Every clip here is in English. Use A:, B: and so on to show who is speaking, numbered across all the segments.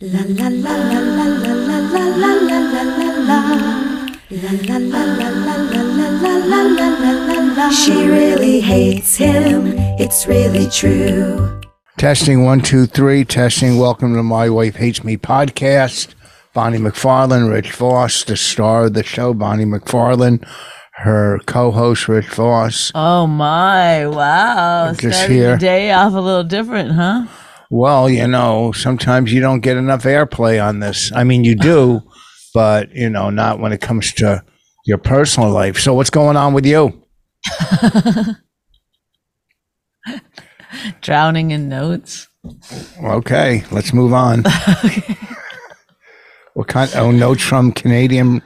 A: La la la la la la la la la la la la la. La la la la la la la la la la la la la. She really hates him. It's really true.
B: Testing one, two, three. Testing. Welcome to My Wife Hates Me podcast. Bonnie McFarlane, Rich Voss, the star of the show, Bonnie McFarlane, her co host, Rich Voss.
C: Oh my! Wow,
B: just
C: starting
B: here.
C: the day off a little different, huh?
B: Well, you know, sometimes you don't get enough airplay on this. I mean, you do, but, you know, not when it comes to your personal life. So, what's going on with you?
C: Drowning in notes.
B: Okay, let's move on. what kind? Oh, notes from Canadian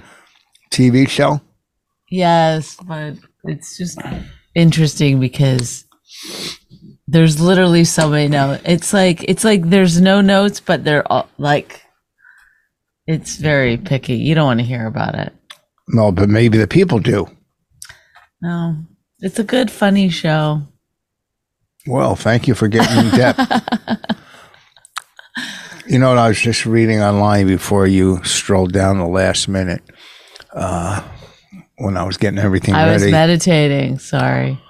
B: TV show?
C: Yes, but it's just interesting because there's literally so many notes. It's like it's like there's no notes, but they're all like it's very picky. You don't want to hear about it.
B: No, but maybe the people do.
C: No, it's a good funny show.
B: Well, thank you for getting in depth. you know what? I was just reading online before you strolled down the last minute uh, when I was getting everything
C: I was
B: ready.
C: meditating. Sorry.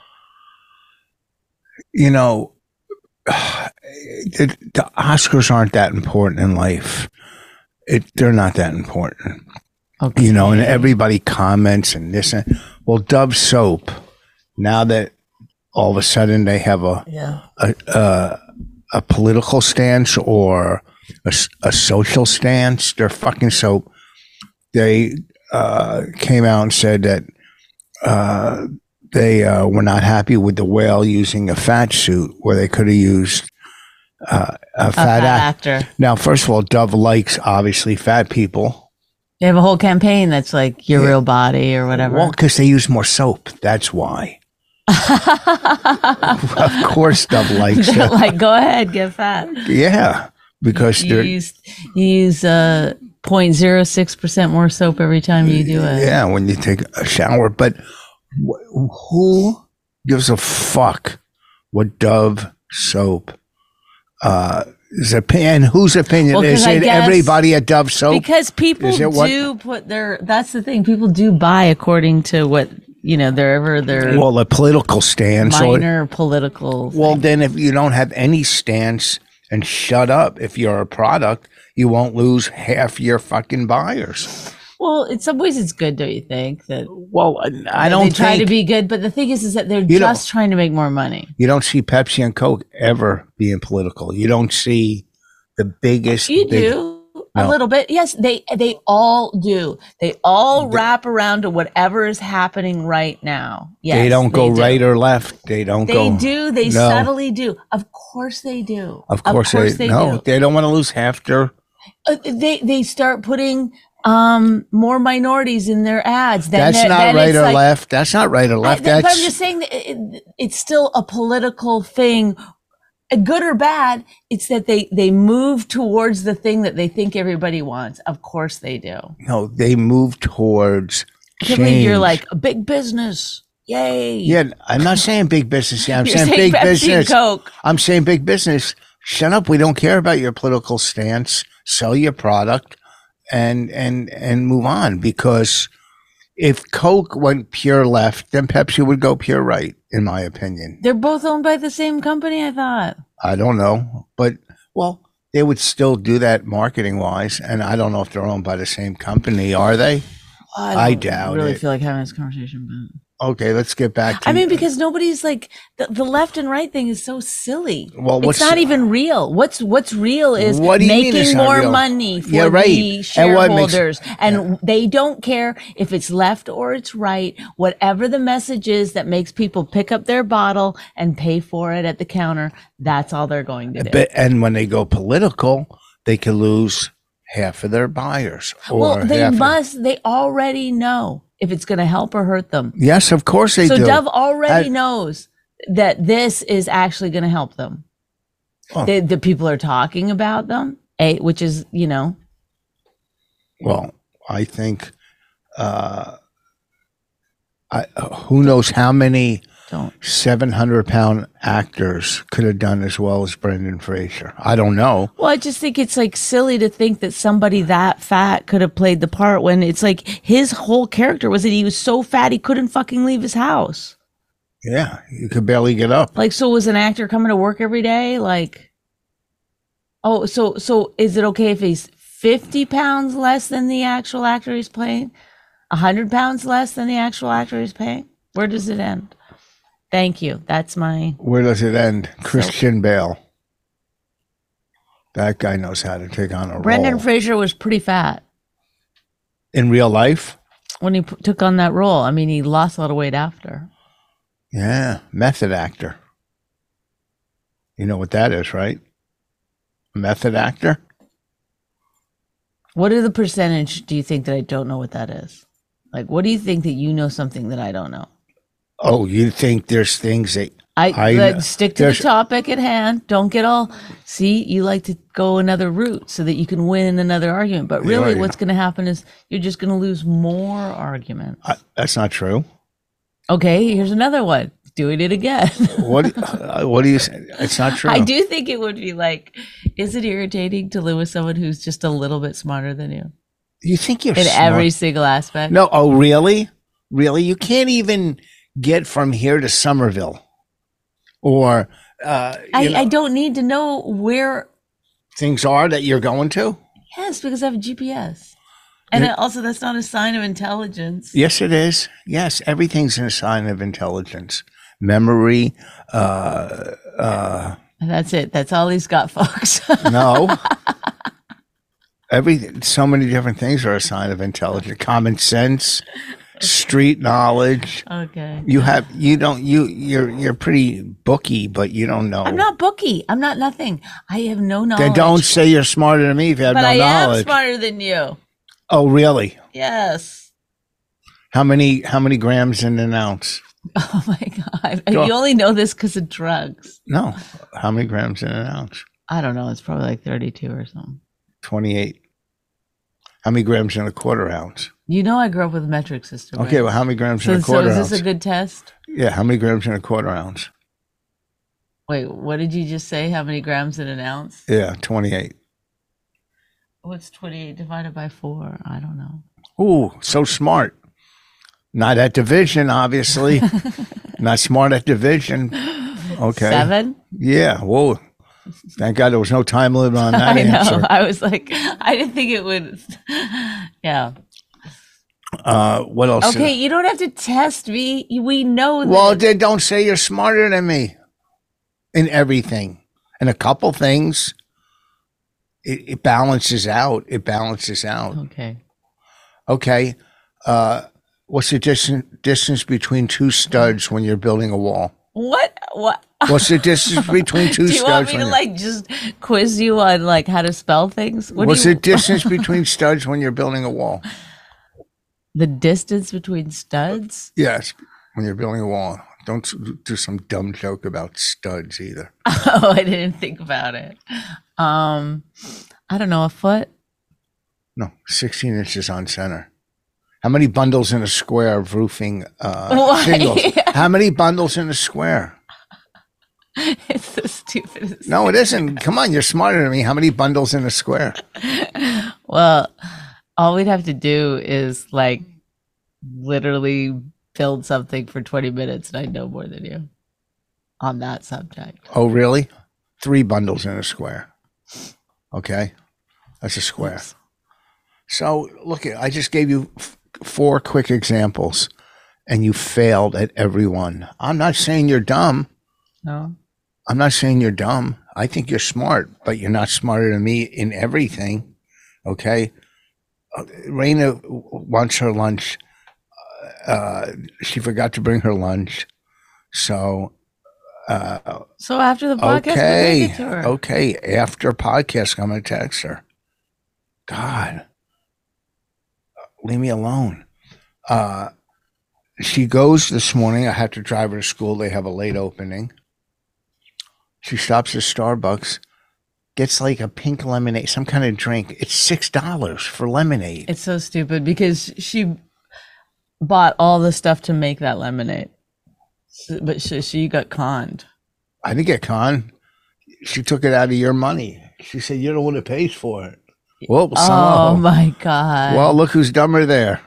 B: you know, it, the Oscars aren't that important in life. It, they're not that important,
C: Okay.
B: you know. And everybody comments and this and well, Dove soap. Now that all of a sudden they have a
C: Yeah.
B: a, a, a political stance or a, s- a social stance. They're fucking so. They uh, came out and said that uh, they uh, were not happy with the whale using a fat suit where they could have used uh, a
C: A
B: fat,
C: fat
B: act.
C: actor.
B: Now, first of all, Dove likes obviously fat people.
C: They have a whole campaign that's like your
B: Yeah.
C: real body or whatever.
B: Well, because they use more soap. That's why. Of course, Dove likes
C: They're
B: it.
C: like, go ahead, get fat.
B: Yeah, because
C: You
B: they're.
C: use you use uh 0.06 percent more soap every time you do it.
B: Yeah, when you take a shower. But wh- who gives a fuck what Dove soap uh, is opinion? And whose opinion
C: Well, 'cause
B: is
C: I
B: it?
C: guess-
B: Everybody at Dove soap?
C: Because people
B: Is it what-
C: do put their that's the thing. People do buy according to what you know, their their
B: well, a political stance. Or,
C: minor political
B: well, then if you don't have any stance and shut up, if you're a product, you won't lose half your fucking buyers.
C: Well, in some ways it's good, don't you think? That
B: Well, I, I
C: they
B: don't
C: try
B: think
C: to be good, but the thing is is that they're
B: You know-
C: just trying to make more money.
B: you don't see Pepsi and Coke ever being political. You don't see the biggest.
C: You
B: big-
C: do a
B: No.
C: little bit. Yes, they they all do. They all wrap around to whatever is happening right now. Yes,
B: they don't go
C: do.
B: right or left. They don't
C: They
B: go.
C: do. They
B: No.
C: subtly do. Of course they do.
B: Of course, they, no.
C: do.
B: They don't want to lose half their.
C: Uh, They they start putting um more minorities in their ads. Then
B: That's
C: they're-
B: not
C: then
B: right
C: it's
B: or
C: like-
B: left. That's not right or
C: I-
B: left.
C: but
B: That's
C: I'm just saying that it, it- it's still a political thing. Uh, Good or bad, it's that they they move towards the thing that they think everybody wants. Of course they do.
B: no. They move towards.
C: I can't believe you're
B: change.
C: like a big business. Yay.
B: Yeah, I'm not saying big business. Yeah, I'm
C: You're
B: saying,
C: saying
B: big
C: Pepsi and
B: business.
C: Coke.
B: I'm saying big business. Shut up. We don't care about your political stance. Sell your product and and and move on because if Coke went pure left, then Pepsi would go pure right in my opinion.
C: They're both owned by the same company, I thought.
B: I don't know, but well, they would still do that marketing wise, and I don't know if they're owned by the same company. Are they? I
C: don't
B: doubt
C: really
B: it. uh,
C: feel like having this conversation, but
B: Okay, let's get back to.
C: I mean, because nobody's like the, the left and right thing is so silly.
B: Well, what's-
C: it's not even real. What's what's real is
B: What do you mean
C: making
B: it's not
C: more
B: real?
C: money for
B: Yeah, right.
C: the
B: And what makes-
C: shareholders, and, they don't care if it's left or it's right. Whatever the message is that makes people pick up their bottle and pay for it at the counter, that's all they're going to do.
B: but, and when they go political, they can lose half of their buyers. Or
C: well, they
B: half of-
C: must. they already know if it's going to help or hurt them.
B: yes, of course they
C: so
B: do.
C: Dove already
B: I-
C: knows that this is actually going to help them.
B: Oh.
C: The, the people are talking about them, a which is you know
B: well, I think. Uh, I, who knows how many
C: Don't.
B: 700 pound actors could have done as well as Brendan Fraser. I don't know.
C: Well, I just think it's like silly to think that somebody that fat could have played the part when it's like his whole character was that he was so fat he couldn't fucking leave his house.
B: Yeah, you could barely get up.
C: Like, so was an actor coming to work every day? Like, oh, so so is it okay if he's fifty pounds less than the actual actor he's playing, hundred pounds less than the actual actor he's playing? Where does it end? Thank you. That's my.
B: Where does it end? Christian Bale. That guy knows how to take on a
C: Brendan
B: role.
C: Fraser was pretty fat
B: In real life?
C: when he p- took on that role. I mean, he lost a lot of weight after.
B: Yeah, method actor. You know what that is, right? Method actor?
C: What are the percentage do you think that I don't know what that is? Like, what do you think that you know something that I don't know?
B: Oh, you think there's things that
C: I,
B: I
C: like,
B: kn-
C: stick to the
B: there's-
C: topic at hand. Don't get all see. You like to go another route so that you can win another argument. But really,
B: yeah.
C: what's going to happen is you're just going to lose more arguments.
B: I, uh, that's not true?
C: okay, here's another one. Doing it again.
B: What uh, what do you say? It's not true.
C: I do think it would be like, is it irritating to live with someone who's just a little bit smarter than you
B: You think you're
C: in
B: smart.
C: every single aspect?
B: No, oh really? Really? You can't even get from here to Somerville. Or uh you
C: I,
B: know,
C: I don't need to know where
B: things are that you're going to?
C: Yes, because I have a GPS. And it- also, that's not a sign of intelligence.
B: Yes, it is. Yes, everything's a sign of intelligence. Memory, uh uh
C: That's it. That's all he's got, folks.
B: no. Every so many different things are a sign of intelligence. Common sense, street knowledge.
C: okay.
B: You have you don't you you're you're pretty booky, but you don't know.
C: I'm not bookie. I'm not nothing. I have no knowledge.
B: Then don't say you're smarter than me if you have
C: But
B: no
C: I
B: knowledge.
C: am smarter than you.
B: Oh, really?
C: Yes.
B: How many how many grams in an ounce?
C: Oh my God.
B: Go on.
C: You only know this because of drugs.
B: No, how many grams in an ounce?
C: I don't know. It's probably like 32 or something.
B: Twenty eight. How many grams in a quarter ounce?
C: You know, I grew up with a metric system.
B: Okay,
C: right?
B: well, how many grams
C: so,
B: in a
C: so
B: quarter
C: is this
B: ounce?
C: a good test?
B: yeah, how many grams in a quarter ounce?
C: Wait, what did you just say? How many grams in an ounce?
B: Yeah, twenty eight.
C: What's 28 divided by four? I don't know.
B: Ooh, so smart. Not at division, obviously. Not smart at division. Okay.
C: Seven?
B: Yeah. Whoa. Thank God there was no time limit on that
C: I know.
B: answer.
C: I was like, I didn't think it would. Yeah.
B: Uh, what else? is-
C: Okay, you don't have to test me. We know that.
B: Well, then don't say you're smarter than me in everything. In a couple things, it, it balances out. It balances out.
C: okay.
B: Okay. Uh, what's the distance distance between two studs when you're building a wall?
C: What? What?
B: What's the distance between two
C: Do you want
B: studs?
C: me
B: when
C: to
B: you're-
C: like just quiz you on like how to spell things? What do
B: what's
C: you-
B: the distance between studs when you're building a wall?
C: the distance between studs?
B: Yes, when you're building a wall. Don't s- do some dumb joke about studs either.
C: Oh, I didn't think about it. Um, I don't know a foot.
B: No, 16 inches on center. How many bundles in a square of roofing uh,
C: Why?
B: shingles? How many bundles in a square?
C: it's the stupidest.
B: No, it isn't. Come on, you're smarter than me. How many bundles in a square?
C: Well, all we'd have to do is like literally build something for 20 minutes, and I know more than you on that subject.
B: Oh, really? Three bundles in a square. Okay, that's a square.
C: Oops.
B: So look, I just gave you f- four quick examples, and you failed at every one. I'm not saying you're dumb.
C: No.
B: I'm not saying you're dumb. I think you're smart, but you're not smarter than me in everything. Okay. Uh, Raina w- wants her lunch. Uh, she forgot to bring her lunch. So, uh,
C: So after the podcast, we'll make
B: okay.
C: it to her.
B: Okay. After podcast, I'm going to text her. God, leave me alone. Uh, she goes this morning. I had to drive her to school. They have a late opening. She stops at Starbucks, gets like a pink lemonade, some kind of drink. It's $6 for lemonade.
C: It's so stupid because she bought all the stuff to make that lemonade. S- But she, she got conned.
B: I didn't get con. She took it out of your money. She said you're the one that pays for it. Well,
C: Oh
B: son of
C: my
B: a-
C: god!
B: well, look who's dumber there.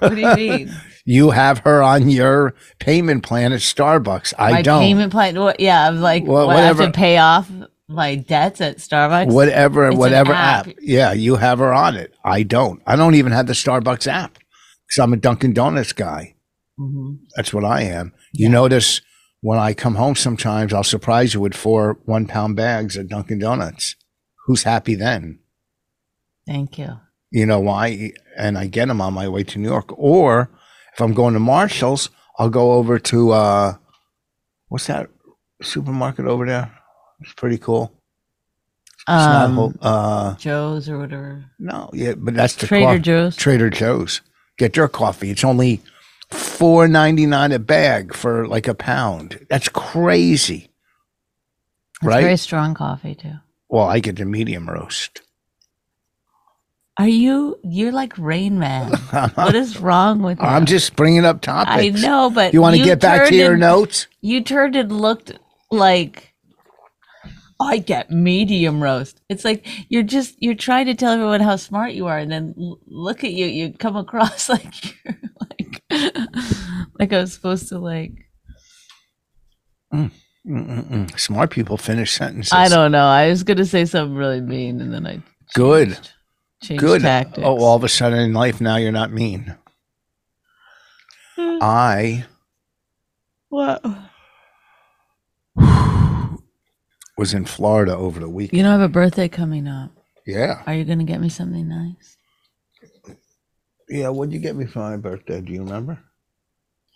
C: what do you mean?
B: You have her on your payment plan at Starbucks. I
C: my
B: don't.
C: payment plan? What, yeah, I'm like,
B: Well,
C: what, I have to
B: whatever.
C: pay off my debts at Starbucks.
B: whatever
C: It's an
B: whatever app.
C: app.
B: Yeah, you have her on it. I don't. I don't even have the Starbucks app because I'm a Dunkin' Donuts guy.
C: Mhm.
B: That's what I am. You notice when I come home sometimes, I'll surprise you with four one pound bags of Dunkin' Donuts. Who's happy then?
C: Thank you.
B: You know why? And I get them on my way to New York. Or if I'm going to Marshall's, I'll go over to uh, what's that supermarket over there? It's pretty cool. It's not
C: Um,
B: Ho- uh,
C: Joe's or whatever.
B: no, yeah, but that's the
C: Trader
B: coffee-
C: Joe's.
B: Trader Joe's. Get their coffee. It's only four ninety nine a bag for like a pound. That's crazy.
C: It's
B: right?
C: very strong coffee too.
B: Well, I get the medium roast.
C: Are you? You're like Rain Man. what is wrong with you?
B: I'm just bringing up
C: I
B: topics.
C: know, but
B: You want to get back to
C: turned
B: your
C: and-
B: notes?
C: You turned and looked like I get medium roast. It's like you're just you're trying to tell everyone how smart you are, and then l- look at you. You come across like you're like like I was supposed to like.
B: Mm-mm-mm. Smart people finish sentences.
C: I don't know. I was gonna say something really mean, and then I
B: Good.
C: changed- changed
B: Good.
C: tactics.
B: Oh, all of a sudden in life now you're not mean.
C: Hmm.
B: I
C: what?
B: was in Florida over the weekend.
C: You know, I have a birthday coming up.
B: Yeah.
C: Are you gonna get me something nice?
B: Yeah. What'd you get me for my birthday? Do you remember?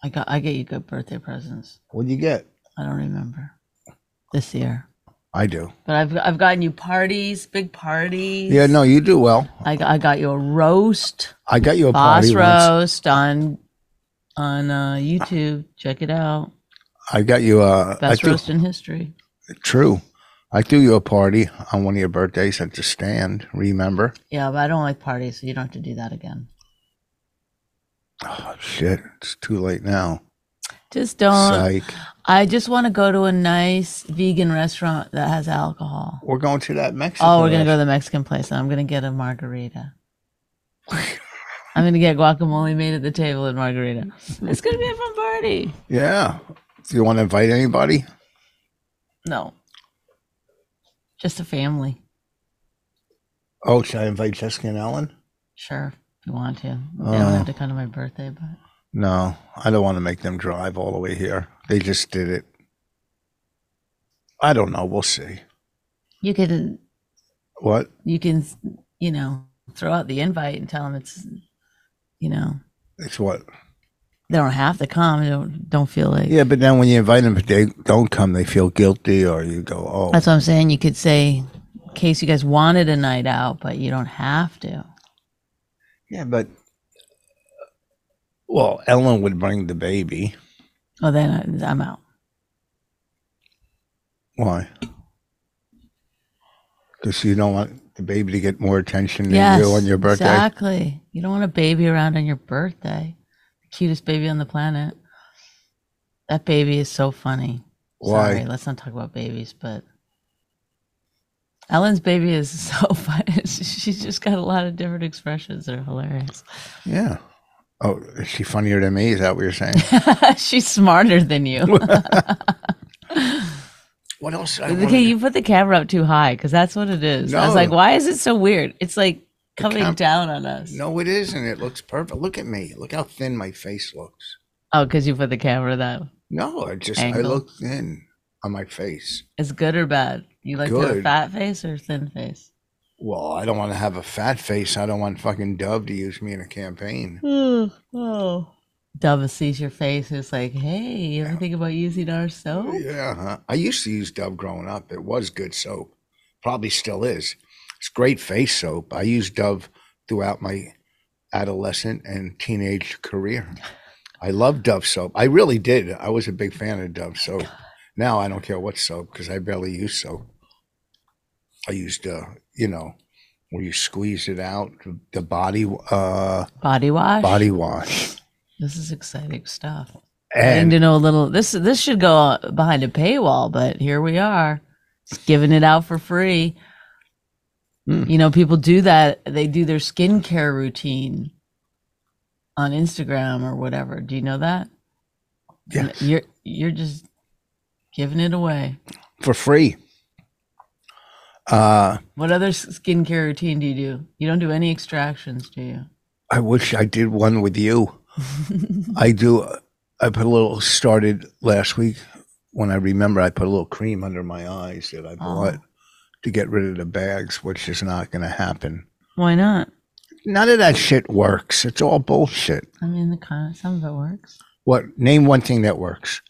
C: I got I get you good birthday presents.
B: What'd you get?
C: I don't remember this year,
B: I do.
C: but I've I've gotten you parties, big parties.
B: Yeah. No, you do well.
C: I got, I got you a roast,
B: I got you a
C: boss
B: party once.
C: roast on on uh, YouTube. Check it out,
B: I got you a I
C: best
B: threw,
C: roast in history.
B: true. I threw you a party on one of your birthdays at the stand. Remember?
C: Yeah, but I don't like parties, so you don't have to do that again.
B: Oh shit! It's too late now.
C: Just don't.
B: Psych.
C: I just want to go to a nice vegan restaurant that has alcohol.
B: We're going to that Mexican.
C: Oh, we're gonna go to the Mexican place, and I'm gonna get a margarita. I'm gonna get guacamole made at the table and margarita. It's gonna be a fun party.
B: restaurant. Yeah. Do you want to invite anybody?
C: No, just a family.
B: Oh, should I invite Jessica and Ellen?
C: Sure, if you want to. They
B: Uh.
C: don't have to come to my birthday, but
B: No, I don't want to make them drive all the way here. They just did it. I don't know. We'll see.
C: you can
B: What?
C: you can you know throw out the invite and tell them it's you know
B: It's what?
C: they don't have to come. They don't don't feel like
B: Yeah, but then when you invite them, if they don't come, they feel guilty, or you go, "Oh,
C: That's what I'm saying. You could say, in case you guys wanted a night out, but you don't have to.
B: Yeah, but well, Ellen would bring the baby.
C: Oh, then I, I'm out.
B: Why? Because you don't want the baby to get more attention than
C: Yes,
B: you on your birthday.
C: Exactly. You don't want a baby around on your birthday. The cutest baby on the planet. That baby is so funny.
B: Why?
C: Sorry, let's not talk about babies, but Ellen's baby is so funny. She's just got a lot of different expressions that are hilarious.
B: Yeah. Oh, is she funnier than me? Is that what you're saying?
C: She's smarter than you.
B: what else? I
C: Okay, you put the camera up too high because that's what it is. I was
B: No.
C: like, why is it so weird? It's like coming
B: cam-
C: down on us.
B: no, it isn't. It looks perfect. Look at me. Look how thin my face looks.
C: Oh, because you put the camera that
B: No, I just I
C: Angle.
B: look thin on my face.
C: is good or bad? You like to have a
B: Good.
C: fat face or thin face?
B: Well, I don't want to have a fat face. I don't want fucking Dove to use me in a campaign.
C: oh. Dove sees your face. It's like, hey, you ever think about using our soap?
B: Oh, Yeah, huh? I used to use Dove growing up. It was good soap. Probably still is. It's great face soap. I used Dove throughout my adolescent and teenage career. I love Dove soap. I really did. I was a big fan of Dove soap. Now I don't care what soap because I barely use soap. I used, uh, you know, where you squeeze it out, the body uh,
C: Body wash.
B: body wash.
C: This is exciting stuff. And
B: and
C: to know a little. This this should go behind a paywall, but here we are, just giving it out for free.
B: Mm.
C: You know, people do that. They do their skincare routine on Instagram or whatever. Do you know that?
B: Yeah.
C: And You're you're just giving it away.
B: for free. Uh,
C: What other s- skincare routine do you do? You don't do any extractions, do you?
B: I wish I did one with you. I do. I put a little started last week when I remember I put a little cream under my eyes that I bought to get rid of the bags, which is not going to happen.
C: Why not?
B: None of that shit works. It's all bullshit.
C: I mean, the con- some of it works.
B: What? Name one thing that works.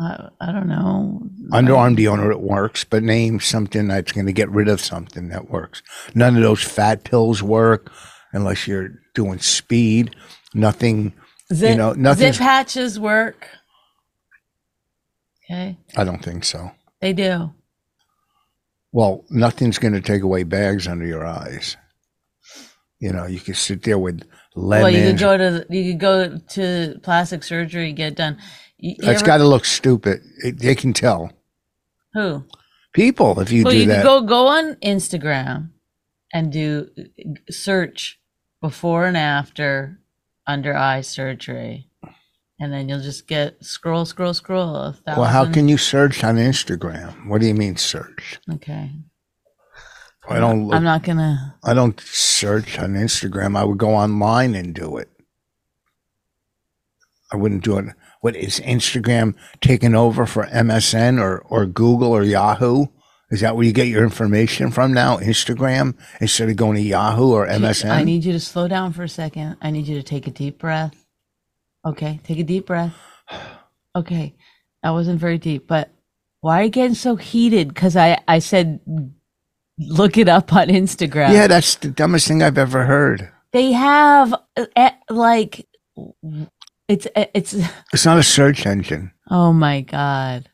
C: I I don't know.
B: Underarm deodorant works, but name something that's going to get rid of something that works. None of those fat pills work unless you're doing speed. Nothing.
C: Zip,
B: know,
C: zip
B: nothing's-
C: patches work. Okay,
B: I don't think so.
C: they do.
B: Well, nothing's going to take away bags under your eyes. You know, you can sit there with
C: well, you
B: lemons.
C: could go to you could go to plastic surgery and get it done. You, you
B: That's
C: ever-
B: got to look stupid. It, they can tell
C: who?
B: people if you
C: well,
B: do
C: you
B: that.
C: could go go on Instagram and do search before and after under eye surgery, and then you'll just get scroll scroll scroll. A thousand.
B: well, how can you search on Instagram? What do you mean search?
C: okay?
B: I don't. Look,
C: I'm not gonna.
B: I don't search on Instagram. I would go online and do it. I wouldn't do it. What is Instagram taking over for MSN or, or Google or Yahoo? Is that where you get your information from now? Instagram instead of going to Yahoo or
C: Can-
B: MSN?
C: I need you to slow down for a second. I need you to take a deep breath. Okay, take a deep breath. Okay, that wasn't very deep, but why are you getting so heated? Because I, I said, look it up on Instagram.
B: yeah, that's the dumbest thing I've ever heard.
C: They have uh, eh, like, it's, it's,
B: It's not a search engine.
C: oh my God.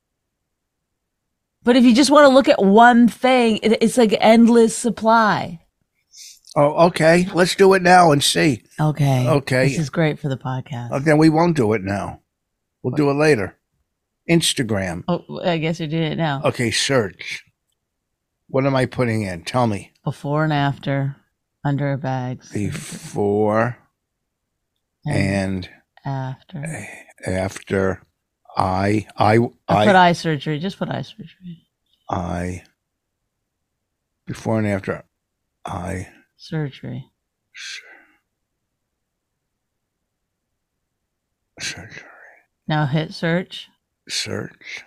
C: But if you just want to look at one thing, it, it's like endless supply.
B: Oh, okay. Let's do it now and see.
C: Okay.
B: Okay.
C: This is great for the podcast.
B: Oh, then we won't do it now. We'll do it later. Instagram.
C: Oh, I guess we did it now.
B: Okay, search. What am I putting in? Tell me.
C: before and after under our bags
B: Before and
C: after
B: after I I
C: I, put
B: I
C: eye surgery just put eye surgery
B: I before and after I
C: surgery
B: search
C: now hit search
B: search.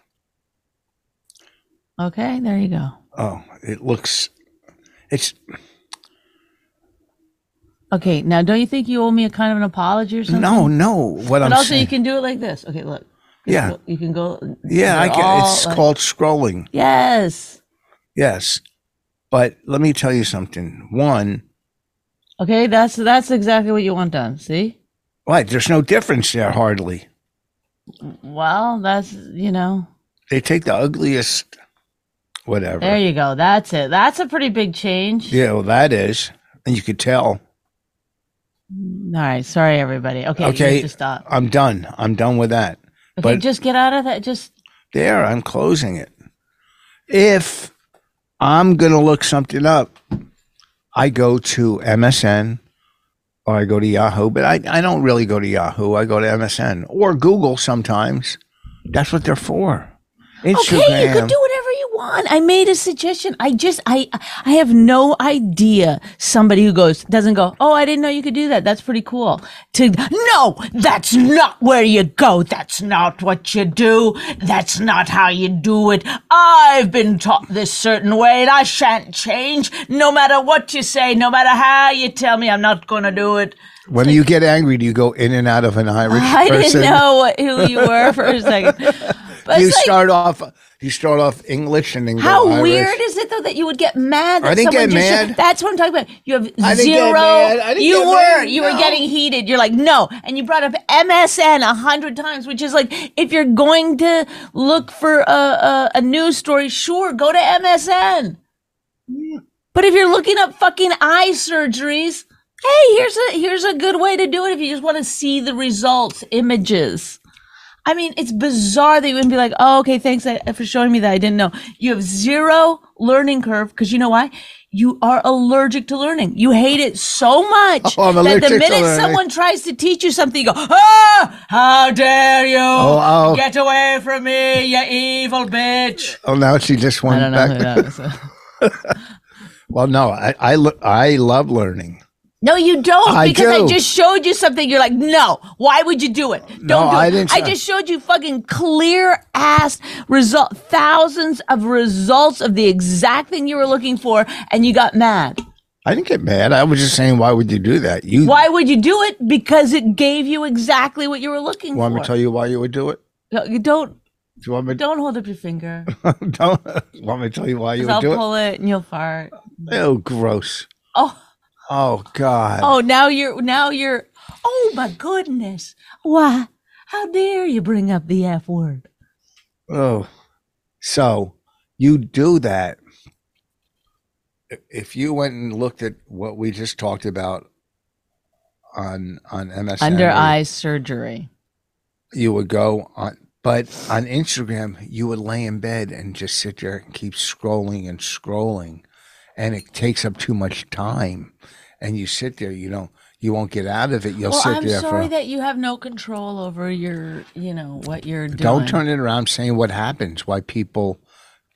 C: okay there you go
B: Oh, it looks it's
C: okay now don't you think you owe me a kind of an apology or something
B: no, no. What
C: but
B: I'm
C: also
B: saying.
C: you can do it like this okay look You
B: Yeah.
C: go- you can go
B: yeah, I
C: they're
B: can,
C: all
B: it's
C: like-
B: called scrolling.
C: yes
B: Yes. But let me tell you something. One,
C: okay that's that's exactly what you want done see
B: right, there's no difference there hardly.
C: well that's you know
B: They take the ugliest whatever.
C: there you go that's it that's a pretty big change
B: Yeah, well, that is, and you could tell.
C: all right sorry everybody okay you
B: Okay.
C: have to stop
B: I'm done. I'm done with that.
C: Okay,
B: But-
C: just get out of that. Just
B: There, I'm closing it. If I'm gonna look something up, I go to MSN or I go to Yahoo, but I, I don't really go to Yahoo. I go to MSN or Google sometimes. That's what they're for. Instagram.
C: okay, you can do whatever you want. I made a suggestion. I just I I have no idea somebody who goes doesn't go. Oh, I didn't know you could do that. That's pretty cool. To no, that's not where you go. That's not what you do. That's not how you do it. I've been taught this certain way, and I shan't change no matter what you say, no matter how you tell me. I'm not gonna do it.
B: when you get angry, do you go in and out of an Irish
C: I
B: person?
C: didn't know what- who you were for a second. But
B: You
C: it's like-
B: start off. You start off English and then go
C: How
B: Irish.
C: weird is it though that you would get mad? That
B: I didn't
C: someone
B: get
C: just-
B: mad.
C: That's what I'm talking about. You have
B: I didn't get
C: zero.
B: mad. I didn't
C: you
B: get
C: were
B: mad,
C: you were
B: no.
C: getting heated. You're like no, and you brought up MSN a hundred times, which is like if you're going to look for a, a, a news story, sure, go to MSN. But if you're looking up fucking eye surgeries, hey, here's a here's a good way to do it if you just want to see the results, images. I mean, it's bizarre that you wouldn't be like, oh, okay, thanks uh, for showing me that. I didn't know. You have zero learning curve because you know why? You are allergic to learning. You hate it so much
B: Oh, I'm
C: that the
B: allergic to
C: minute
B: learning.
C: someone tries to teach you something, you go, ah, how dare you?
B: oh.
C: Get away from me, you evil bitch.
B: Oh, now she just
C: I
B: went
C: don't know
B: back.
C: who that was.
B: Well, no, I I, lo- I love learning.
C: No, you don't,
B: I
C: because I
B: do.
C: just showed you something. You're like, no, why would you do it? Don't
B: No,
C: do it.
B: I didn't
C: I
B: show-
C: just showed you fucking clear ass result, thousands of results of the exact thing you were looking for, and you got mad.
B: I didn't get mad. I was just saying, why would you do that? You
C: Why would you do it? Because it gave you exactly what you were looking
B: want me
C: for.
B: to tell you why you would do it?
C: No, you don't
B: Do you want me?
C: don't hold up your finger. 'cause
B: Don't, want me to tell you why you would
C: I'll
B: do
C: pull it. and you'll fart.
B: it? Oh, gross.
C: Oh,
B: Oh God.
C: oh, now you're now you're. Oh my goodness! Why? How dare you bring up the f word?
B: Oh, so you do that. I- If you went and looked at what we just talked about on on MSN,
C: Under
B: or-
C: eye surgery.
B: you would go on. But on Instagram, you would lay in bed and just sit there and keep scrolling and scrolling, and it takes up too much time. And you sit there, you know, you won't get out of it. You'll
C: Well,
B: sit
C: I'm
B: there
C: sorry
B: for.
C: that you have no control over your, you know, what you're doing.
B: don't turn it around. I'm saying what happens, why people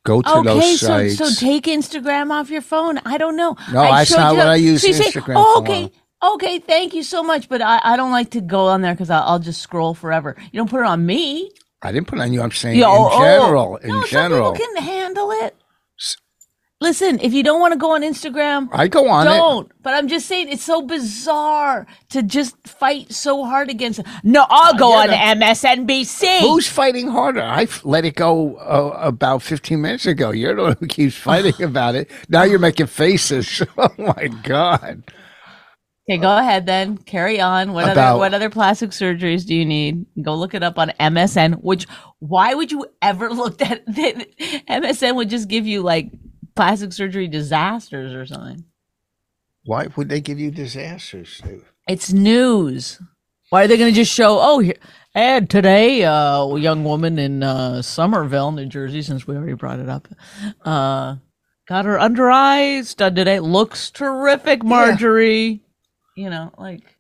B: go to
C: Okay,
B: those
C: so,
B: sites.
C: so take Instagram off your phone. I don't know.
B: No, that's
C: showed
B: not
C: you-
B: what I use
C: so you say,
B: Instagram
C: oh,
B: for.
C: okay, okay, thank you so much, but I, I don't like to go on there because I'll, I'll just scroll forever. You don't put it on me.
B: I didn't put it on you. I'm saying
C: Yeah, oh,
B: in
C: oh.
B: general. In
C: no,
B: general,
C: some people can handle it.
B: S-
C: Listen, if you don't want to go on Instagram,
B: I go on it.
C: don't. But I'm just saying, it's so bizarre to just fight so hard against. No, I'll go on
B: get
C: MSNBC.
B: Who's fighting harder? I f- let it go uh, about 15 minutes ago. You're the one who keeps fighting about it. Now you're making faces. oh my God.
C: Okay, go ahead then. Carry on. What other
B: About-
C: what other plastic surgeries do you need? Go look it up on MSN. Which why would you ever look at that? MSN would just give you like plastic surgery disasters or something.
B: Why would they give you disasters?
C: It's news. Why are they going to just show? Oh, here, and today, uh, a young woman in uh, Somerville, New Jersey, since we already brought it up, uh, got her under eyes done today. Looks terrific, Marjorie. You know, like,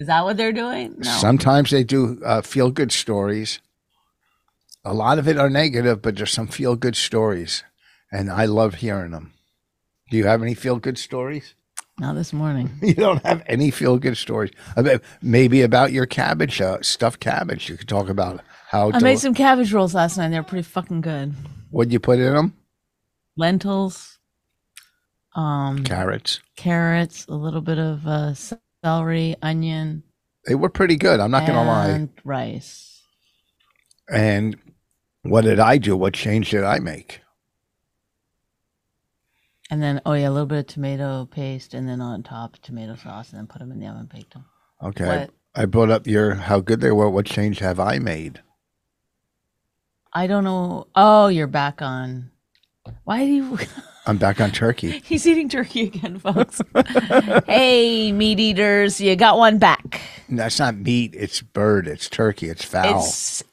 C: is that what they're doing? No.
B: Sometimes they do uh, feel good stories. A lot of it are negative, but there's some feel good stories. And I love hearing them. Do you have any feel good stories?
C: Not this morning.
B: You don't have any feel good stories. I mean, maybe about your cabbage, uh, stuffed cabbage. You could talk about how.
C: I
B: deli-
C: made some cabbage rolls last night. They're pretty fucking good.
B: What'd you put in them?
C: Lentils, um,
B: Carrots.
C: carrots, a little bit of uh, celery, onion,
B: They were pretty good. I'm not going to lie.
C: and rice.
B: And what did I do? What change did I make?
C: And then, oh yeah, a little bit of tomato paste, and then on top tomato sauce, and then put them in the oven, baked them.
B: Okay.
C: What?
B: I brought up your how good they were. What change have I made?
C: I don't know. Oh, you're back on. Why do you?
B: I'm back on turkey.
C: He's eating turkey again, folks. hey, meat eaters, you got one back.
B: That's not meat. It's bird. It's turkey. It's fowl.
C: It's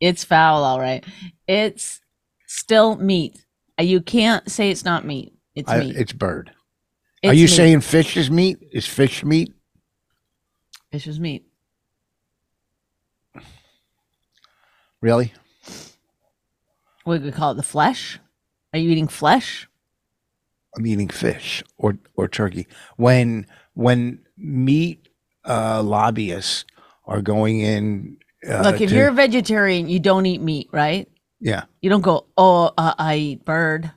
C: it's foul, all right. It's still meat. Uh, You can't say it's not meat. It's
B: I-
C: meat.
B: it's bird.
C: It's
B: Are you
C: meat.
B: saying fish is meat? Is fish meat?
C: fish is meat?
B: Really?
C: What do we call it? The flesh. Are you eating flesh?
B: I'm eating fish or or turkey. When when meat uh, lobbyists are going in. Uh,
C: Look, if
B: to-
C: you're a vegetarian, you don't eat meat, right?
B: yeah,
C: You don't go, oh, uh, I eat bird.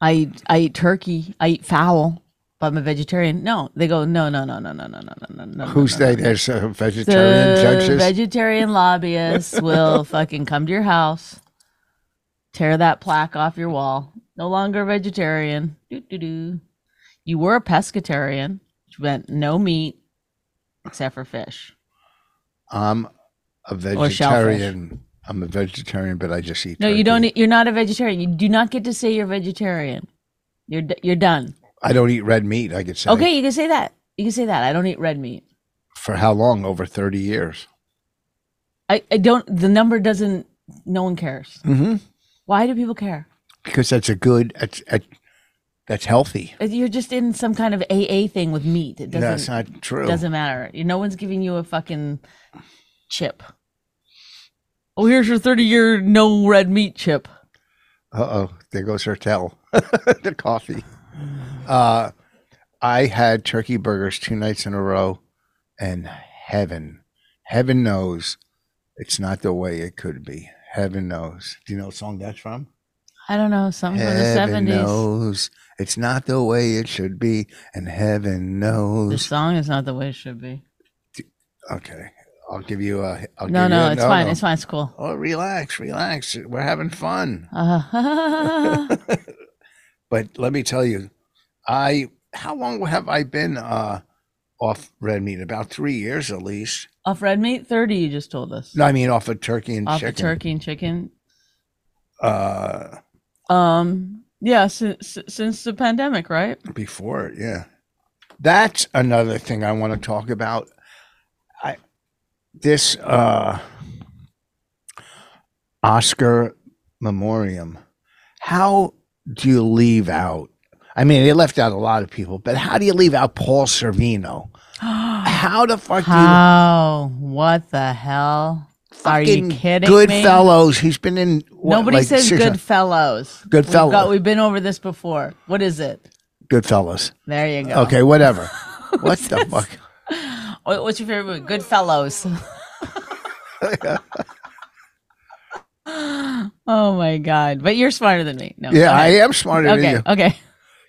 C: I eat, I eat turkey. I eat fowl, but I'm a vegetarian. No, they go, no, no, no, no, no, no, no, no, no, no.
B: who's
C: no,
B: they? There's uh,
C: no."
B: vegetarian
C: The
B: judges.
C: vegetarian lobbyists will fucking come to your house, tear that plaque off your wall. No longer vegetarian. Doo, doo, doo. You were a pescatarian, which meant no meat except for fish.
B: I'm a
C: Or shellfish.
B: vegetarian. I'm a vegetarian, but I just eat.
C: No, you don't.
B: turkey.
C: eat- You're not a vegetarian. You do not get to say you're vegetarian. You're d- you're done.
B: I don't eat red meat. I could say.
C: Okay, you can say that. You can say that. I don't eat red meat.
B: For how long? Over thirty years.
C: I, I don't. The number doesn't. No one cares. Why do people care?
B: because that's a good that's a, that's healthy.
C: Uh, You're just in some kind of AA thing with meat. It
B: That's
C: doesn't.
B: not true.
C: doesn't matter. You- No one's giving you a fucking chip. Oh, here's your 30 year no red meat chip.
B: Uh oh, there goes Hertel, the coffee. Uh, I had turkey burgers two nights in a row, and heaven, heaven knows it's not the way it could be. Heaven knows. Do you know what song that's from?
C: I don't know something from the
B: heaven
C: 70s.
B: knows it's not the way it should be, and heaven
C: The
B: knows.
C: song is not the way it should be.
B: Okay, I'll give you a. I'll give
C: No,
B: you
C: no,
B: a-
C: it's fine. It's fine. It's cool.
B: Oh, relax, relax. We're having fun.
C: Uh,
B: But let me tell you, I how long have I been uh, off red meat? About three years at least.
C: off red meat, 30, you just told us.
B: No, I mean off of turkey and
C: off the
B: chicken.
C: turkey and chicken.
B: Uh,
C: Um, yeah, since, since the pandemic, right?
B: before, it, yeah. That's another thing I want to talk about. I this uh, Oscar memoriam. How do you leave out? I mean, they left out a lot of people, but how do you leave out Paul Servino? How the fuck do you
C: How? What the hell? Are you
B: fucking
C: kidding me?
B: Goodfellas. He's been in what,
C: Nobody
B: like
C: says
B: six-
C: good fellows.
B: Goodfellas.
C: We've, got- we've been over this before. What is it?
B: Goodfellas.
C: There you go.
B: Okay, whatever. what the fuck?
C: What- What's your favorite movie? Good fellows. oh my god! But you're smarter than me. No.
B: Yeah,
C: go
B: I
C: ahead.
B: am smarter
C: Okay.
B: than you.
C: Okay.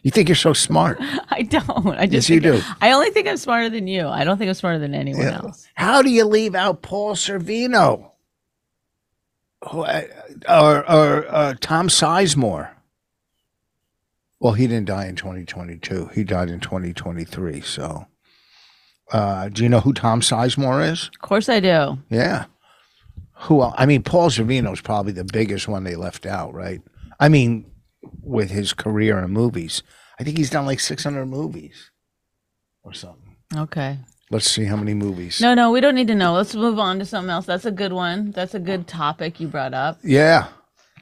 B: You think you're so smart?
C: I don't. I just.
B: Yes, you
C: think-
B: do.
C: I only think I'm smarter than you. I don't think I'm smarter than anyone
B: Yeah.
C: else.
B: How do you leave out Paul Servino? Who- uh, Or, or uh, Tom Sizemore? Well, he didn't die in 2022. He died in 2023. So, uh, do you know who Tom Sizemore is?
C: Of course I do.
B: Yeah. Who el I mean, Paul Sorvino is probably the biggest one they left out, right? I mean, with his career in movies, I think he's done like 600 movies or something.
C: Okay.
B: Let's see how many movies.
C: No, no, we don't need to know. Let's move on to something else. That's a good one. That's a good topic you brought up.
B: Yeah.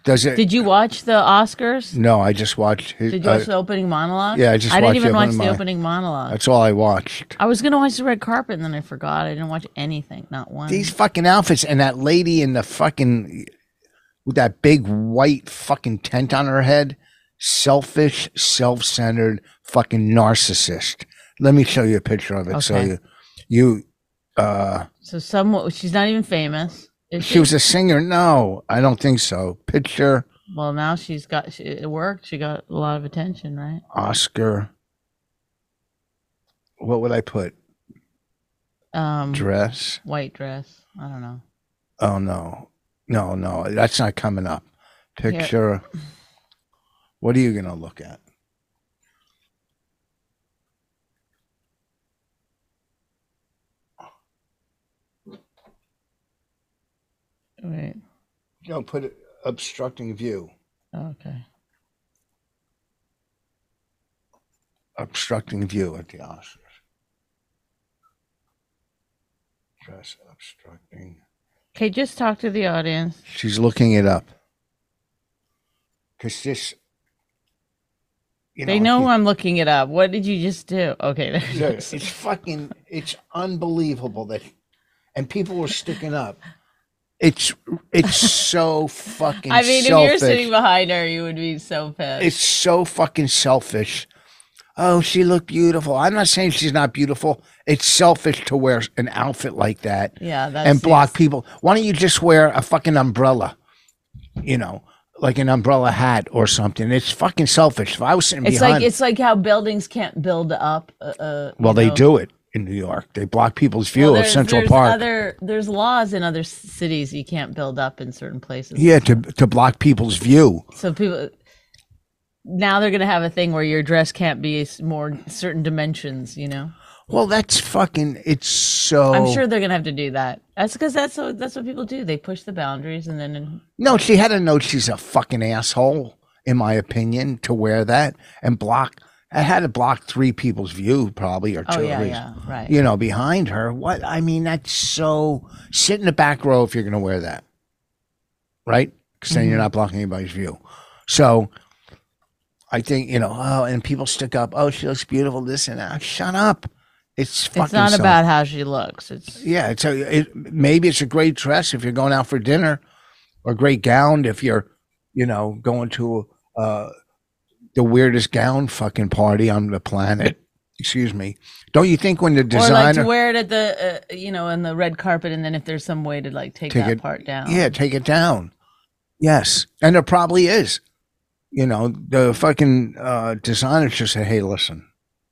B: Does it?
C: Did you watch the Oscars?
B: no, I just watched. His,
C: Did you
B: uh,
C: watch the opening monologue?
B: yeah, I just
C: I
B: watched
C: didn't even
B: the
C: watch
B: opening
C: the
B: mon-
C: opening monologue.
B: that's all I watched.
C: I was gonna watch the red carpet and then I forgot. I didn't watch anything, not one.
B: These fucking outfits and that lady in the fucking with that big white fucking tent on her head, selfish, self-centered fucking narcissist. Let me show you a picture of it. So
C: Okay.
B: you, you, uh,
C: so someone she's not even famous. Is
B: she was a singer. No, I don't think so. Picture
C: well now she's got she, it worked. She got a lot of attention, right?
B: Oscar. What would I put?
C: Um,
B: Dress.
C: white dress. I don't know.
B: Oh no, no, no. That's not coming up.
C: Here.
B: Picture. What are you gonna look at?
C: Wait.
B: No, put it obstructing view.
C: Okay.
B: Obstructing view at the Oscars. Dress obstructing.
C: Okay, just talk to the audience.
B: She's looking it up. Cause this. You
C: they know
B: if
C: I'm looking it up. What did you just do? Okay, there.
B: you-
C: it
B: it's
C: is.
B: it's fucking. It's unbelievable that, and people were sticking up. It's it's so fucking.
C: I mean, if
B: selfish.
C: you're sitting behind her, you would be so pissed.
B: It's so fucking selfish. Oh, she looked beautiful. I'm not saying she's not beautiful. It's selfish to wear an outfit like that
C: yeah, that's
B: and block people. Why don't you just wear a fucking umbrella? You know, like an umbrella hat or something. It's fucking selfish. If I was sitting
C: It's
B: behind,
C: like it's like how buildings can't build up. Uh, uh,
B: well,
C: you
B: they
C: know.
B: do it in New York. They block people's view
C: Well,
B: of
C: there's-
B: Central
C: there's
B: Park.
C: Other, there's laws in other s- cities you can't build up in certain places.
B: yeah, to to block people's view.
C: So people now they're gonna have a thing where your dress can't be s- more certain dimensions. You know,
B: Well, that's fucking. It's so.
C: I'm sure they're gonna have to do that. That's because that's what that's what people do. They push the boundaries and then
B: No, she had to know she's a fucking asshole, in my opinion, to wear that and block I had to block three people's view, probably, or two.
C: Oh
B: at
C: yeah,
B: least.
C: yeah, right.
B: You know, behind her. What? I mean, that's so. Sit in the back row if you're going to wear that, right? Because then you're
C: Mm-hmm.
B: not blocking anybody's view. So, I think you know. Oh, and people stick up. Oh, she looks beautiful. This and that. Shut up. It's fucking.
C: it's not
B: self-
C: about how she looks. It's
B: Yeah, it's a, it, maybe it's a great dress if you're going out for dinner, or a great gown if you're, you know, going to uh, the weirdest gown fucking party on the planet. Excuse me. Don't you think when the
C: or like to
B: designer
C: wear it at the uh, you know on the red carpet, and then if there's some way to like take,
B: Take
C: that
B: it-
C: part down.
B: yeah take it down? Yes, and there probably is. You know, the fucking uh, designer just said, "Hey, listen,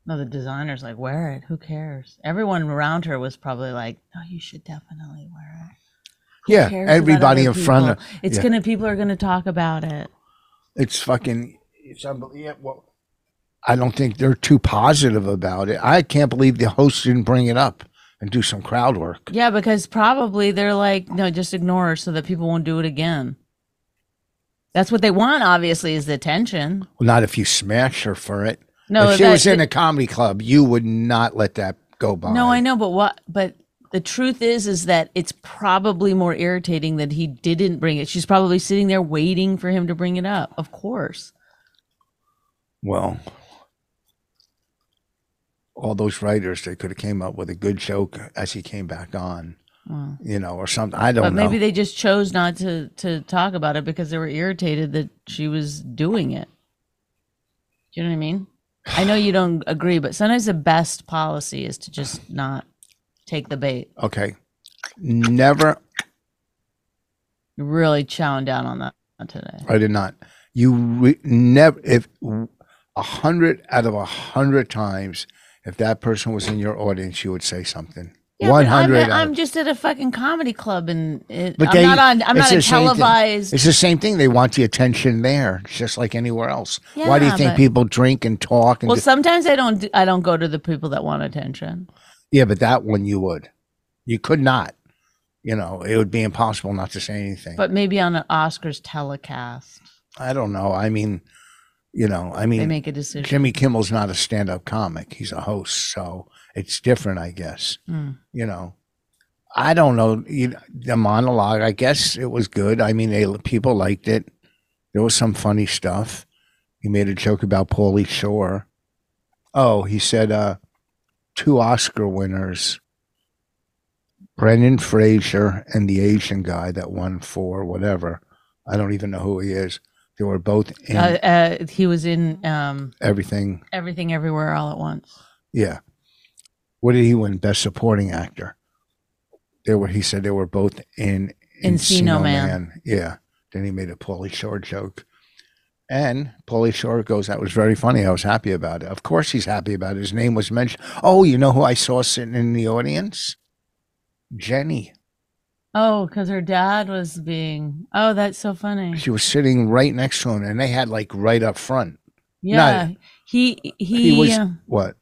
C: No, the designer's like, wear it. Who cares? Everyone around her was probably like, no, you should definitely wear it. Who
B: yeah,
C: cares about
B: everybody in
C: other
B: front of
C: people? It's
B: yeah.
C: gonna. People are gonna talk about it.
B: it's fucking it's unbelievable. I don't think they're too positive about it. I can't believe the host didn't bring it up and do some crowd work.
C: Yeah, because probably they're like, no, just ignore her so that people won't do it again. That's what they want. Obviously, is the attention.
B: Well, not if you smash her for it.
C: No,
B: if she
C: that-
B: was in a comedy club, you would not let that go by.
C: No, I know, but what? But the truth is, is that it's probably more irritating that he didn't bring it. She's probably sitting there waiting for him to bring it up. Of course.
B: Well, all those writers, they could have came up with a good joke as he came back on,
C: Well,
B: you know, or something. I
C: but
B: don't know.
C: maybe they just chose not to to talk about it because they were irritated that she was doing it. You know what I mean? I know you don't agree, but sometimes the best policy is to just not take the bait.
B: okay. Never
C: Really chowing down on that today.
B: I did not. You re- never if a hundred out of a hundred times, if that person was in your audience, you would say something.
C: Yeah,
B: One
C: but I'm
B: hundred.
C: at- I'm, just at a fucking comedy club and it,
B: But
C: I'm
B: they-
C: not on.
B: it's
C: I'm not a
B: the same thing.
C: televised.
B: It's the same thing. They want the attention there, It's just like anywhere else. Why do you
C: Yeah,
B: think
C: but-
B: people drink and talk? And
C: Well,
B: do-
C: sometimes I don't. do- I don't go to the people that want attention.
B: yeah, but that one you would. You could not. You know, it would be impossible not to say anything.
C: But maybe on an Oscars telecast,
B: I don't know. I mean, you know, I
C: they
B: mean,
C: make a decision.
B: Jimmy Kimmel's not a stand-up comic. He's a host, so it's different, I guess.
C: Mm.
B: You know, I don't know you, the monologue. I guess it was good. I mean, they people liked it. There was some funny stuff. He made a joke about Paulie Shore. Oh, he said uh, two Oscar winners, Brendan Fraser and the Asian guy that won for whatever. I don't even know who he is. They were both in
C: Uh, uh, he was in um,
B: everything.
C: Everything Everywhere All at Once.
B: Yeah. What did he win? Best supporting actor. They were. He said they were both in
C: Encino Man.
B: Yeah. Then he made a Paulie Shore joke, and Paulie Shore goes, "That was very funny. I was happy about it. Of course, he's happy about it. His name was mentioned. Oh, you know who I saw sitting in the audience? Jenny.
C: Oh, because her dad was being. Oh, that's so funny.
B: She was sitting right next to him, and they had like right up front.
C: Yeah, he he.
B: He was
C: uh,
B: what?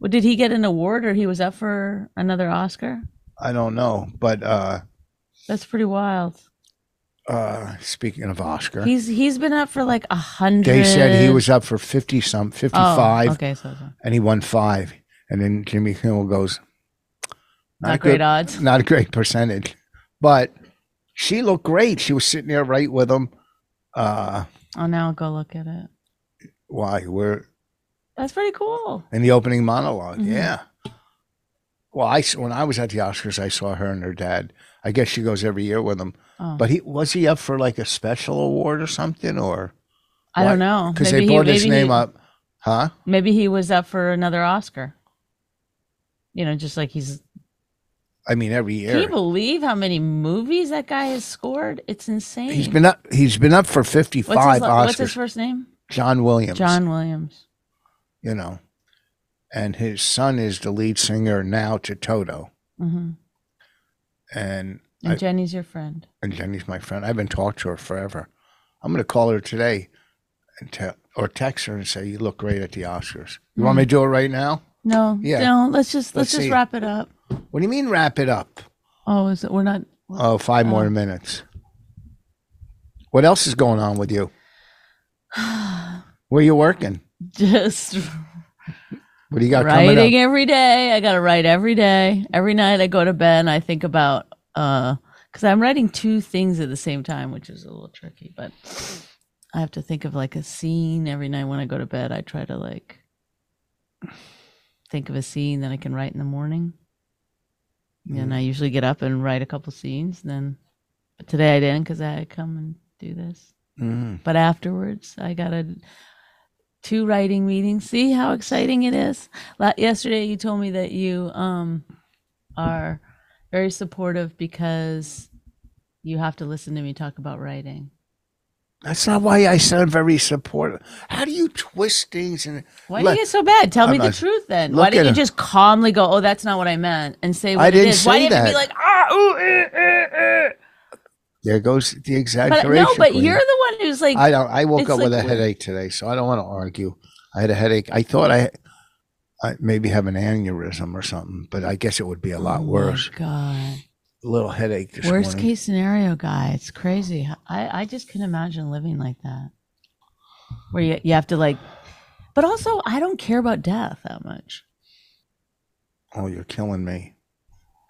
C: well, did he get an award or he was up for another Oscar?
B: I don't know, but uh,
C: That's pretty wild.
B: uh, speaking of Oscar,
C: He's he's been up for like a hundred.
B: they said he was up for fifty some,
C: Oh,
B: fifty-five.
C: okay, so, so.
B: and he won five. And then Jimmy Kimmel goes,
C: not,
B: a
C: great
B: good-
C: odds.
B: not a great percentage, but she looked great. She was sitting there right with him. Uh,
C: Oh, now go look at it.
B: why? We're
C: That's pretty cool.
B: in the opening monolog
C: Mhm.
B: Yeah. Well, I s- when I was at the Oscars, I saw her and her dad. I guess she goes every year with him.
C: Oh,
B: But he was he up for like a special award or something, or
C: I
B: why-
C: don't know
B: because
C: Maybe
B: they
C: he-
B: brought his
C: maybe
B: name
C: he-
B: up, huh?
C: Maybe he was up for another Oscar. You know, just like he's.
B: I mean, every
C: Can you
B: year
C: believe how many movies that guy has scored? It's insane.
B: he's been up. He's been up for fifty-five
C: what's his, la-
B: Oscars.
C: What's his first name?
B: John Williams.
C: John Williams.
B: you know. And his son is the lead singer now to Toto.
C: hmm
B: And
C: And
B: I-
C: Jenny's your friend.
B: and Jenny's my friend. I haven't talked to her forever. I'm going to call her today and te- or text her and say, You look great at the Oscars. You want me to do it right now?
C: No,
B: Yeah.
C: no. Let's just
B: Let's
C: let's,
B: see.
C: just wrap it up.
B: What do you mean, wrap it up?
C: Oh, is it, we're not.
B: Oh, five
C: Uh,
B: more minutes. What else is going on with you? Where you working?
C: just
B: What do you got
C: writing
B: coming up?
C: every day. I gotta write every day. Every night I go to bed and I think about uh because I'm writing two things at the same time, which is a little tricky, but I have to think of like a scene every night when I go to bed. I try to like think of a scene that I can write in the morning.
B: Mm.
C: And I usually get up and write a couple scenes. Then but today I didn't because I had to come and do this.
B: Mm.
C: But afterwards, I got a two writing meetings. See how exciting it is. La- yesterday, you told me that you um are very supportive because you have to listen to me talk about writing.
B: That's not why I sound very supportive. How do you twist things? And
C: Why
B: Look,
C: do you get so bad? Tell me
B: I'm
C: the
B: not-
C: truth then.
B: look
C: Why didn't
B: at
C: you
B: him.
C: just calmly go, "Oh, that's not what I meant," and say what
B: I
C: it
B: didn't
C: is? Why
B: say
C: do you have to be
B: that.
C: like, "Ah, ooh, eh, eh, eh."
B: there goes the
C: But
B: exaggeration.
C: no, but
B: queen.
C: you're the one who's like,
B: I don't. I woke
C: It's
B: up with
C: like
B: a
C: when-
B: headache today, so I don't want to argue. I had a headache. I thought I, I maybe have an aneurysm or something, but I guess it would be a lot
C: Oh my
B: worse.
C: God.
B: A little headache this
C: Worst
B: morning.
C: case scenario, guy. It's crazy. I, I just can imagine living like that. Where you, you have to like, but also, I don't care about death that much.
B: Oh, you're killing me.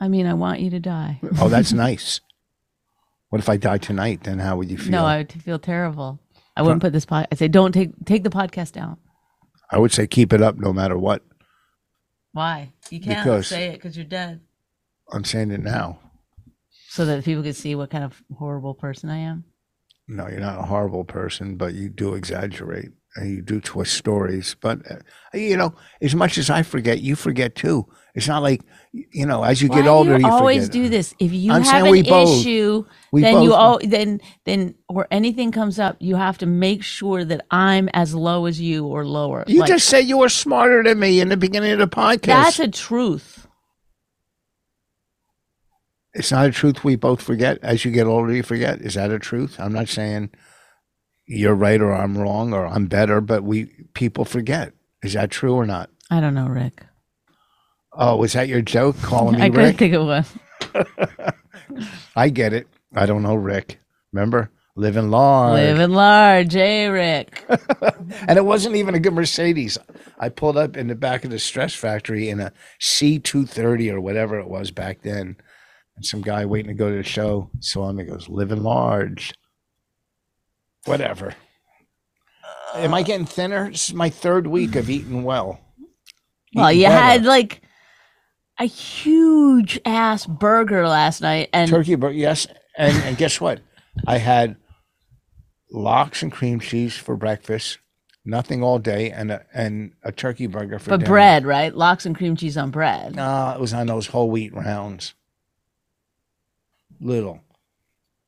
C: I mean, I want you to die.
B: Oh, that's nice. What if I die tonight? Then how would you feel?
C: No, I would feel terrible. I wouldn't put this pod. I say, don't take take the podcast down.
B: I would say keep it up no matter what.
C: Why? You can't
B: Because-
C: say it because you're dead.
B: I'm saying it now.
C: So that people can see what kind of horrible person I am.
B: No, you're not a horrible person, but you do exaggerate and you do twist stories. But uh, you know, as much as I forget, you forget too. It's not like you know, as you
C: Why
B: get
C: do
B: older,
C: you,
B: you,
C: always
B: forget.
C: do this. If you
B: I'm
C: have
B: saying
C: an
B: we both-
C: issue,
B: We
C: then you
B: both-
C: all then then or anything comes up, you have to make sure that I'm as low as you or lower.
B: You
C: Like,
B: just said you were smarter than me in the beginning of the podcast.
C: that's a truth.
B: it's not a truth we both forget. As you get older, you forget. Is that a truth? I'm not saying you're right or I'm wrong or I'm better, but we people forget. Is that true or not?
C: I don't know, Rick.
B: Oh, was that your joke calling me
C: I couldn't
B: Rick?
C: think of one.
B: I get it. I don't know Rick. Remember? Living large.
C: Living large, eh, Rick?
B: and it wasn't even a good Mercedes. I pulled up in the back of the stress factory in a C230 or whatever it was back then. And some guy waiting to go to the show saw me, goes, living large. Whatever. Am I getting thinner? This is my third week of eating well.
C: Well,
B: Eating
C: you
B: better.
C: had like a huge ass burger last night, and
B: turkey burger. Yes, and and guess what? I had lox and cream cheese for breakfast, nothing all day, and a, and a turkey burger for
C: but
B: dinner.
C: bread, right? Lox and cream cheese on bread.
B: No, it was on those whole wheat rounds. Little,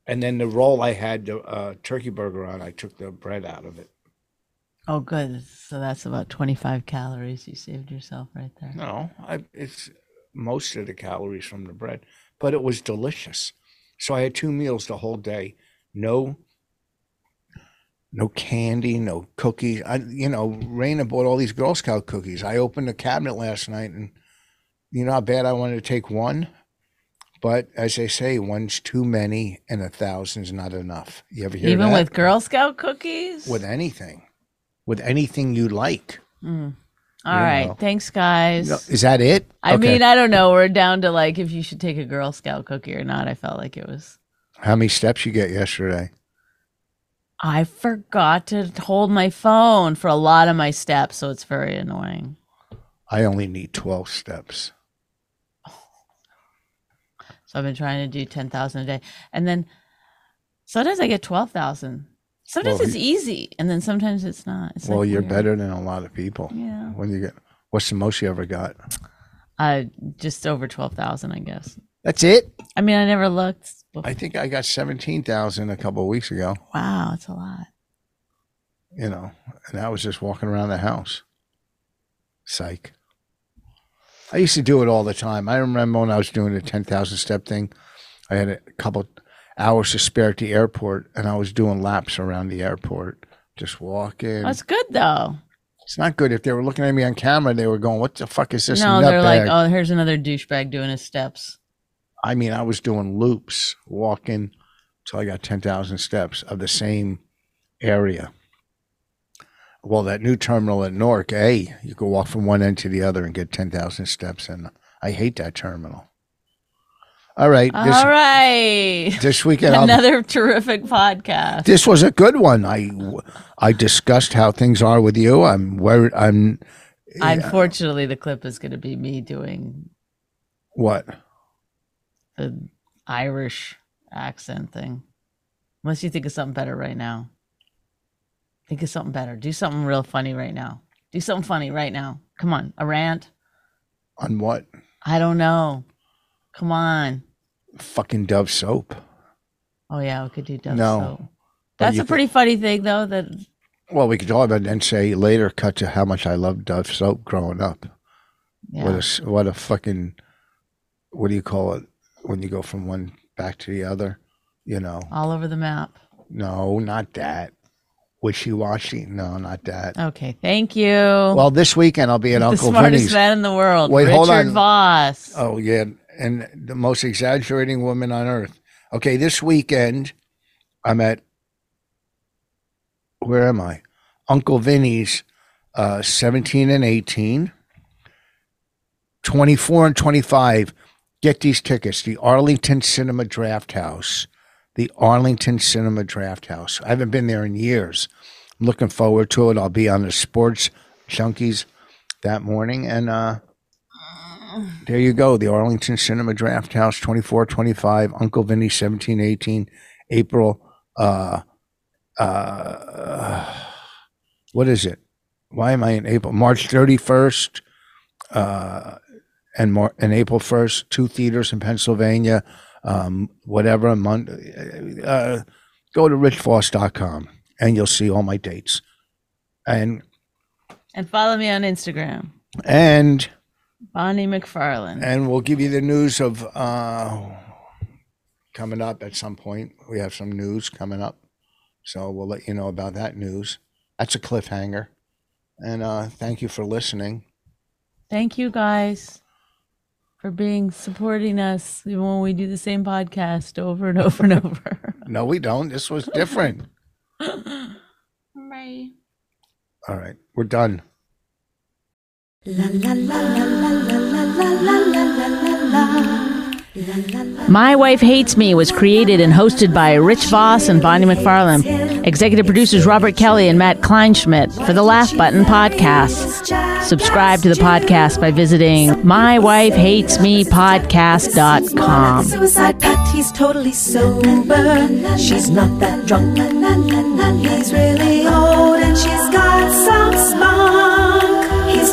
B: and then the roll I had the uh, turkey burger on. I took the bread out of it.
C: Oh, good. So that's about twenty-five calories you saved yourself right there.
B: No, I, it's most of the calories from the bread, but it was delicious. So I had two meals the whole day. No, no candy, no cookies. I, you know, Raina bought all these Girl Scout cookies. I opened the cabinet last night, and you know how bad I wanted to take one. But as they say, one's too many, and a thousand's not enough. You ever hear
C: Even
B: that?
C: with Girl Scout cookies.
B: with anything, with anything you like.
C: Mm. All
B: You
C: right.
B: know.
C: Thanks, guys.
B: No, Is that it?
C: I
B: Okay.
C: mean, I don't know. We're down to like if you should take a Girl Scout cookie or not. I felt like it was.
B: how many steps you get yesterday?
C: I forgot to hold my phone for a lot of my steps, so it's very annoying.
B: I only need 12 steps.
C: So I've been trying to do 10,000 a day. And then sometimes I get 12,000. Sometimes
B: Well,
C: it's easy, and then sometimes it's not. It's
B: well,
C: like
B: you're
C: weird.
B: better than a lot of people.
C: Yeah.
B: When you get what's the most you ever got?
C: Uh, just over 12,000, I guess.
B: That's it.
C: I mean, I never looked. Before.
B: I think I got 17,000 a couple of weeks ago,
C: wow, it's a lot.
B: you know, and I was just walking around the house. Psych. I used to do it all the time. I remember when I was doing the 10,000 step thing, I had a couple hours to spare at the airport and I was doing laps around the airport, just walking.
C: That's good, though.
B: it's not good. If they were looking at me on camera, they were going, What the fuck is this?
C: no, they're like,
B: nutbag?"
C: oh, here's another douchebag doing his steps.
B: I mean, I was doing loops, walking till I got 10,000 steps of the same area. well, that new terminal at Newark, A, you can walk from one end to the other and get 10,000 steps. And I hate that terminal. All right. This,
C: All right.
B: this weekend, I'll-
C: Another terrific podcast.
B: this was a good one. I, I discussed how things are with you. I'm worried. I'm eh,
C: Unfortunately, the clip is going to be me doing
B: what?
C: the Irish accent thing. Unless you think of something better right now. Think of something better. Do something real funny right now. Do something funny right now. Come on. A rant?
B: On what?
C: I don't know. Come on.
B: Fucking Dove soap.
C: Oh, yeah. We could do Dove
B: No.
C: Soap.
B: But
C: That's
B: you
C: a pretty funny thing, though, that
B: Well, we could talk about it and say later, cut to how much I loved Dove soap growing up.
C: yeah.
B: What a s- what a fucking what do you call it when you go from one back to the other? You know,
C: all over the map.
B: no, not that. Wishy washy? No, not that.
C: Okay. Thank you.
B: Well, this weekend I'll be at
C: the
B: Uncle
C: smartest
B: Vinny's.
C: man in the world.
B: Wait,
C: Richard
B: hold on.
C: Voss.
B: Oh yeah, and the most exaggerating woman on earth. Okay, this weekend I'm at where am I? Uncle Vinny's uh 17 and 18. 24 and 25. Get these tickets. The Arlington Cinema Draft House. The Arlington Cinema Draft House. I haven't been there in years. I'm looking forward to it. I'll be on the sports junkies that morning and uh there you go. The Arlington Cinema Draft House, 24, 25, Uncle Vinny, 17, 18, April. Uh, uh, what is it? Why am I in April? March 31st uh, and, Mar- and April 1st, two theaters in Pennsylvania, um, whatever, month. Uh, go to richfoss.com and you'll see all my dates. And,
C: And follow me on Instagram,
B: and,
C: Bonnie McFarland.
B: And we'll give you the news of uh, coming up at some point. We have some news coming up. So we'll let you know about that news. That's a cliffhanger. And uh, thank you for listening.
C: Thank you guys for being supporting us even when we do the same podcast over and over and over.
B: No, we don't. This was different.
C: Bye.
B: All right. We're done.
A: La la la la la la la la la la la la. La la la.
C: My Wife Hates Me was created and hosted by Rich Voss and Bonnie McFarlane. Executive producers Robert Kelly and Matt Kleinschmidt for the Laugh Button podcast. Subscribe to the podcast by visiting mywifehatesmepodcast.com.
A: Suicide pact, he's totally sober. She's not that drunk. He's really old and she's got some spunk. He's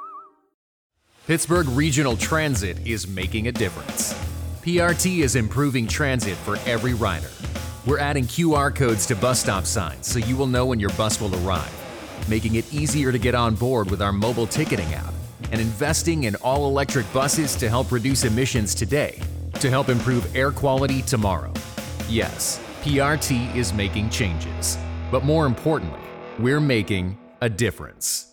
D: Pittsburgh Regional Transit is making a difference. PRT is improving transit for every rider. We're adding QR codes to bus stop signs so you will know when your bus will arrive, making it easier to get on board with our mobile ticketing app, and investing in all electric buses to help reduce emissions today to help improve air quality tomorrow. Yes, PRT is making changes, but more importantly, we're making a difference.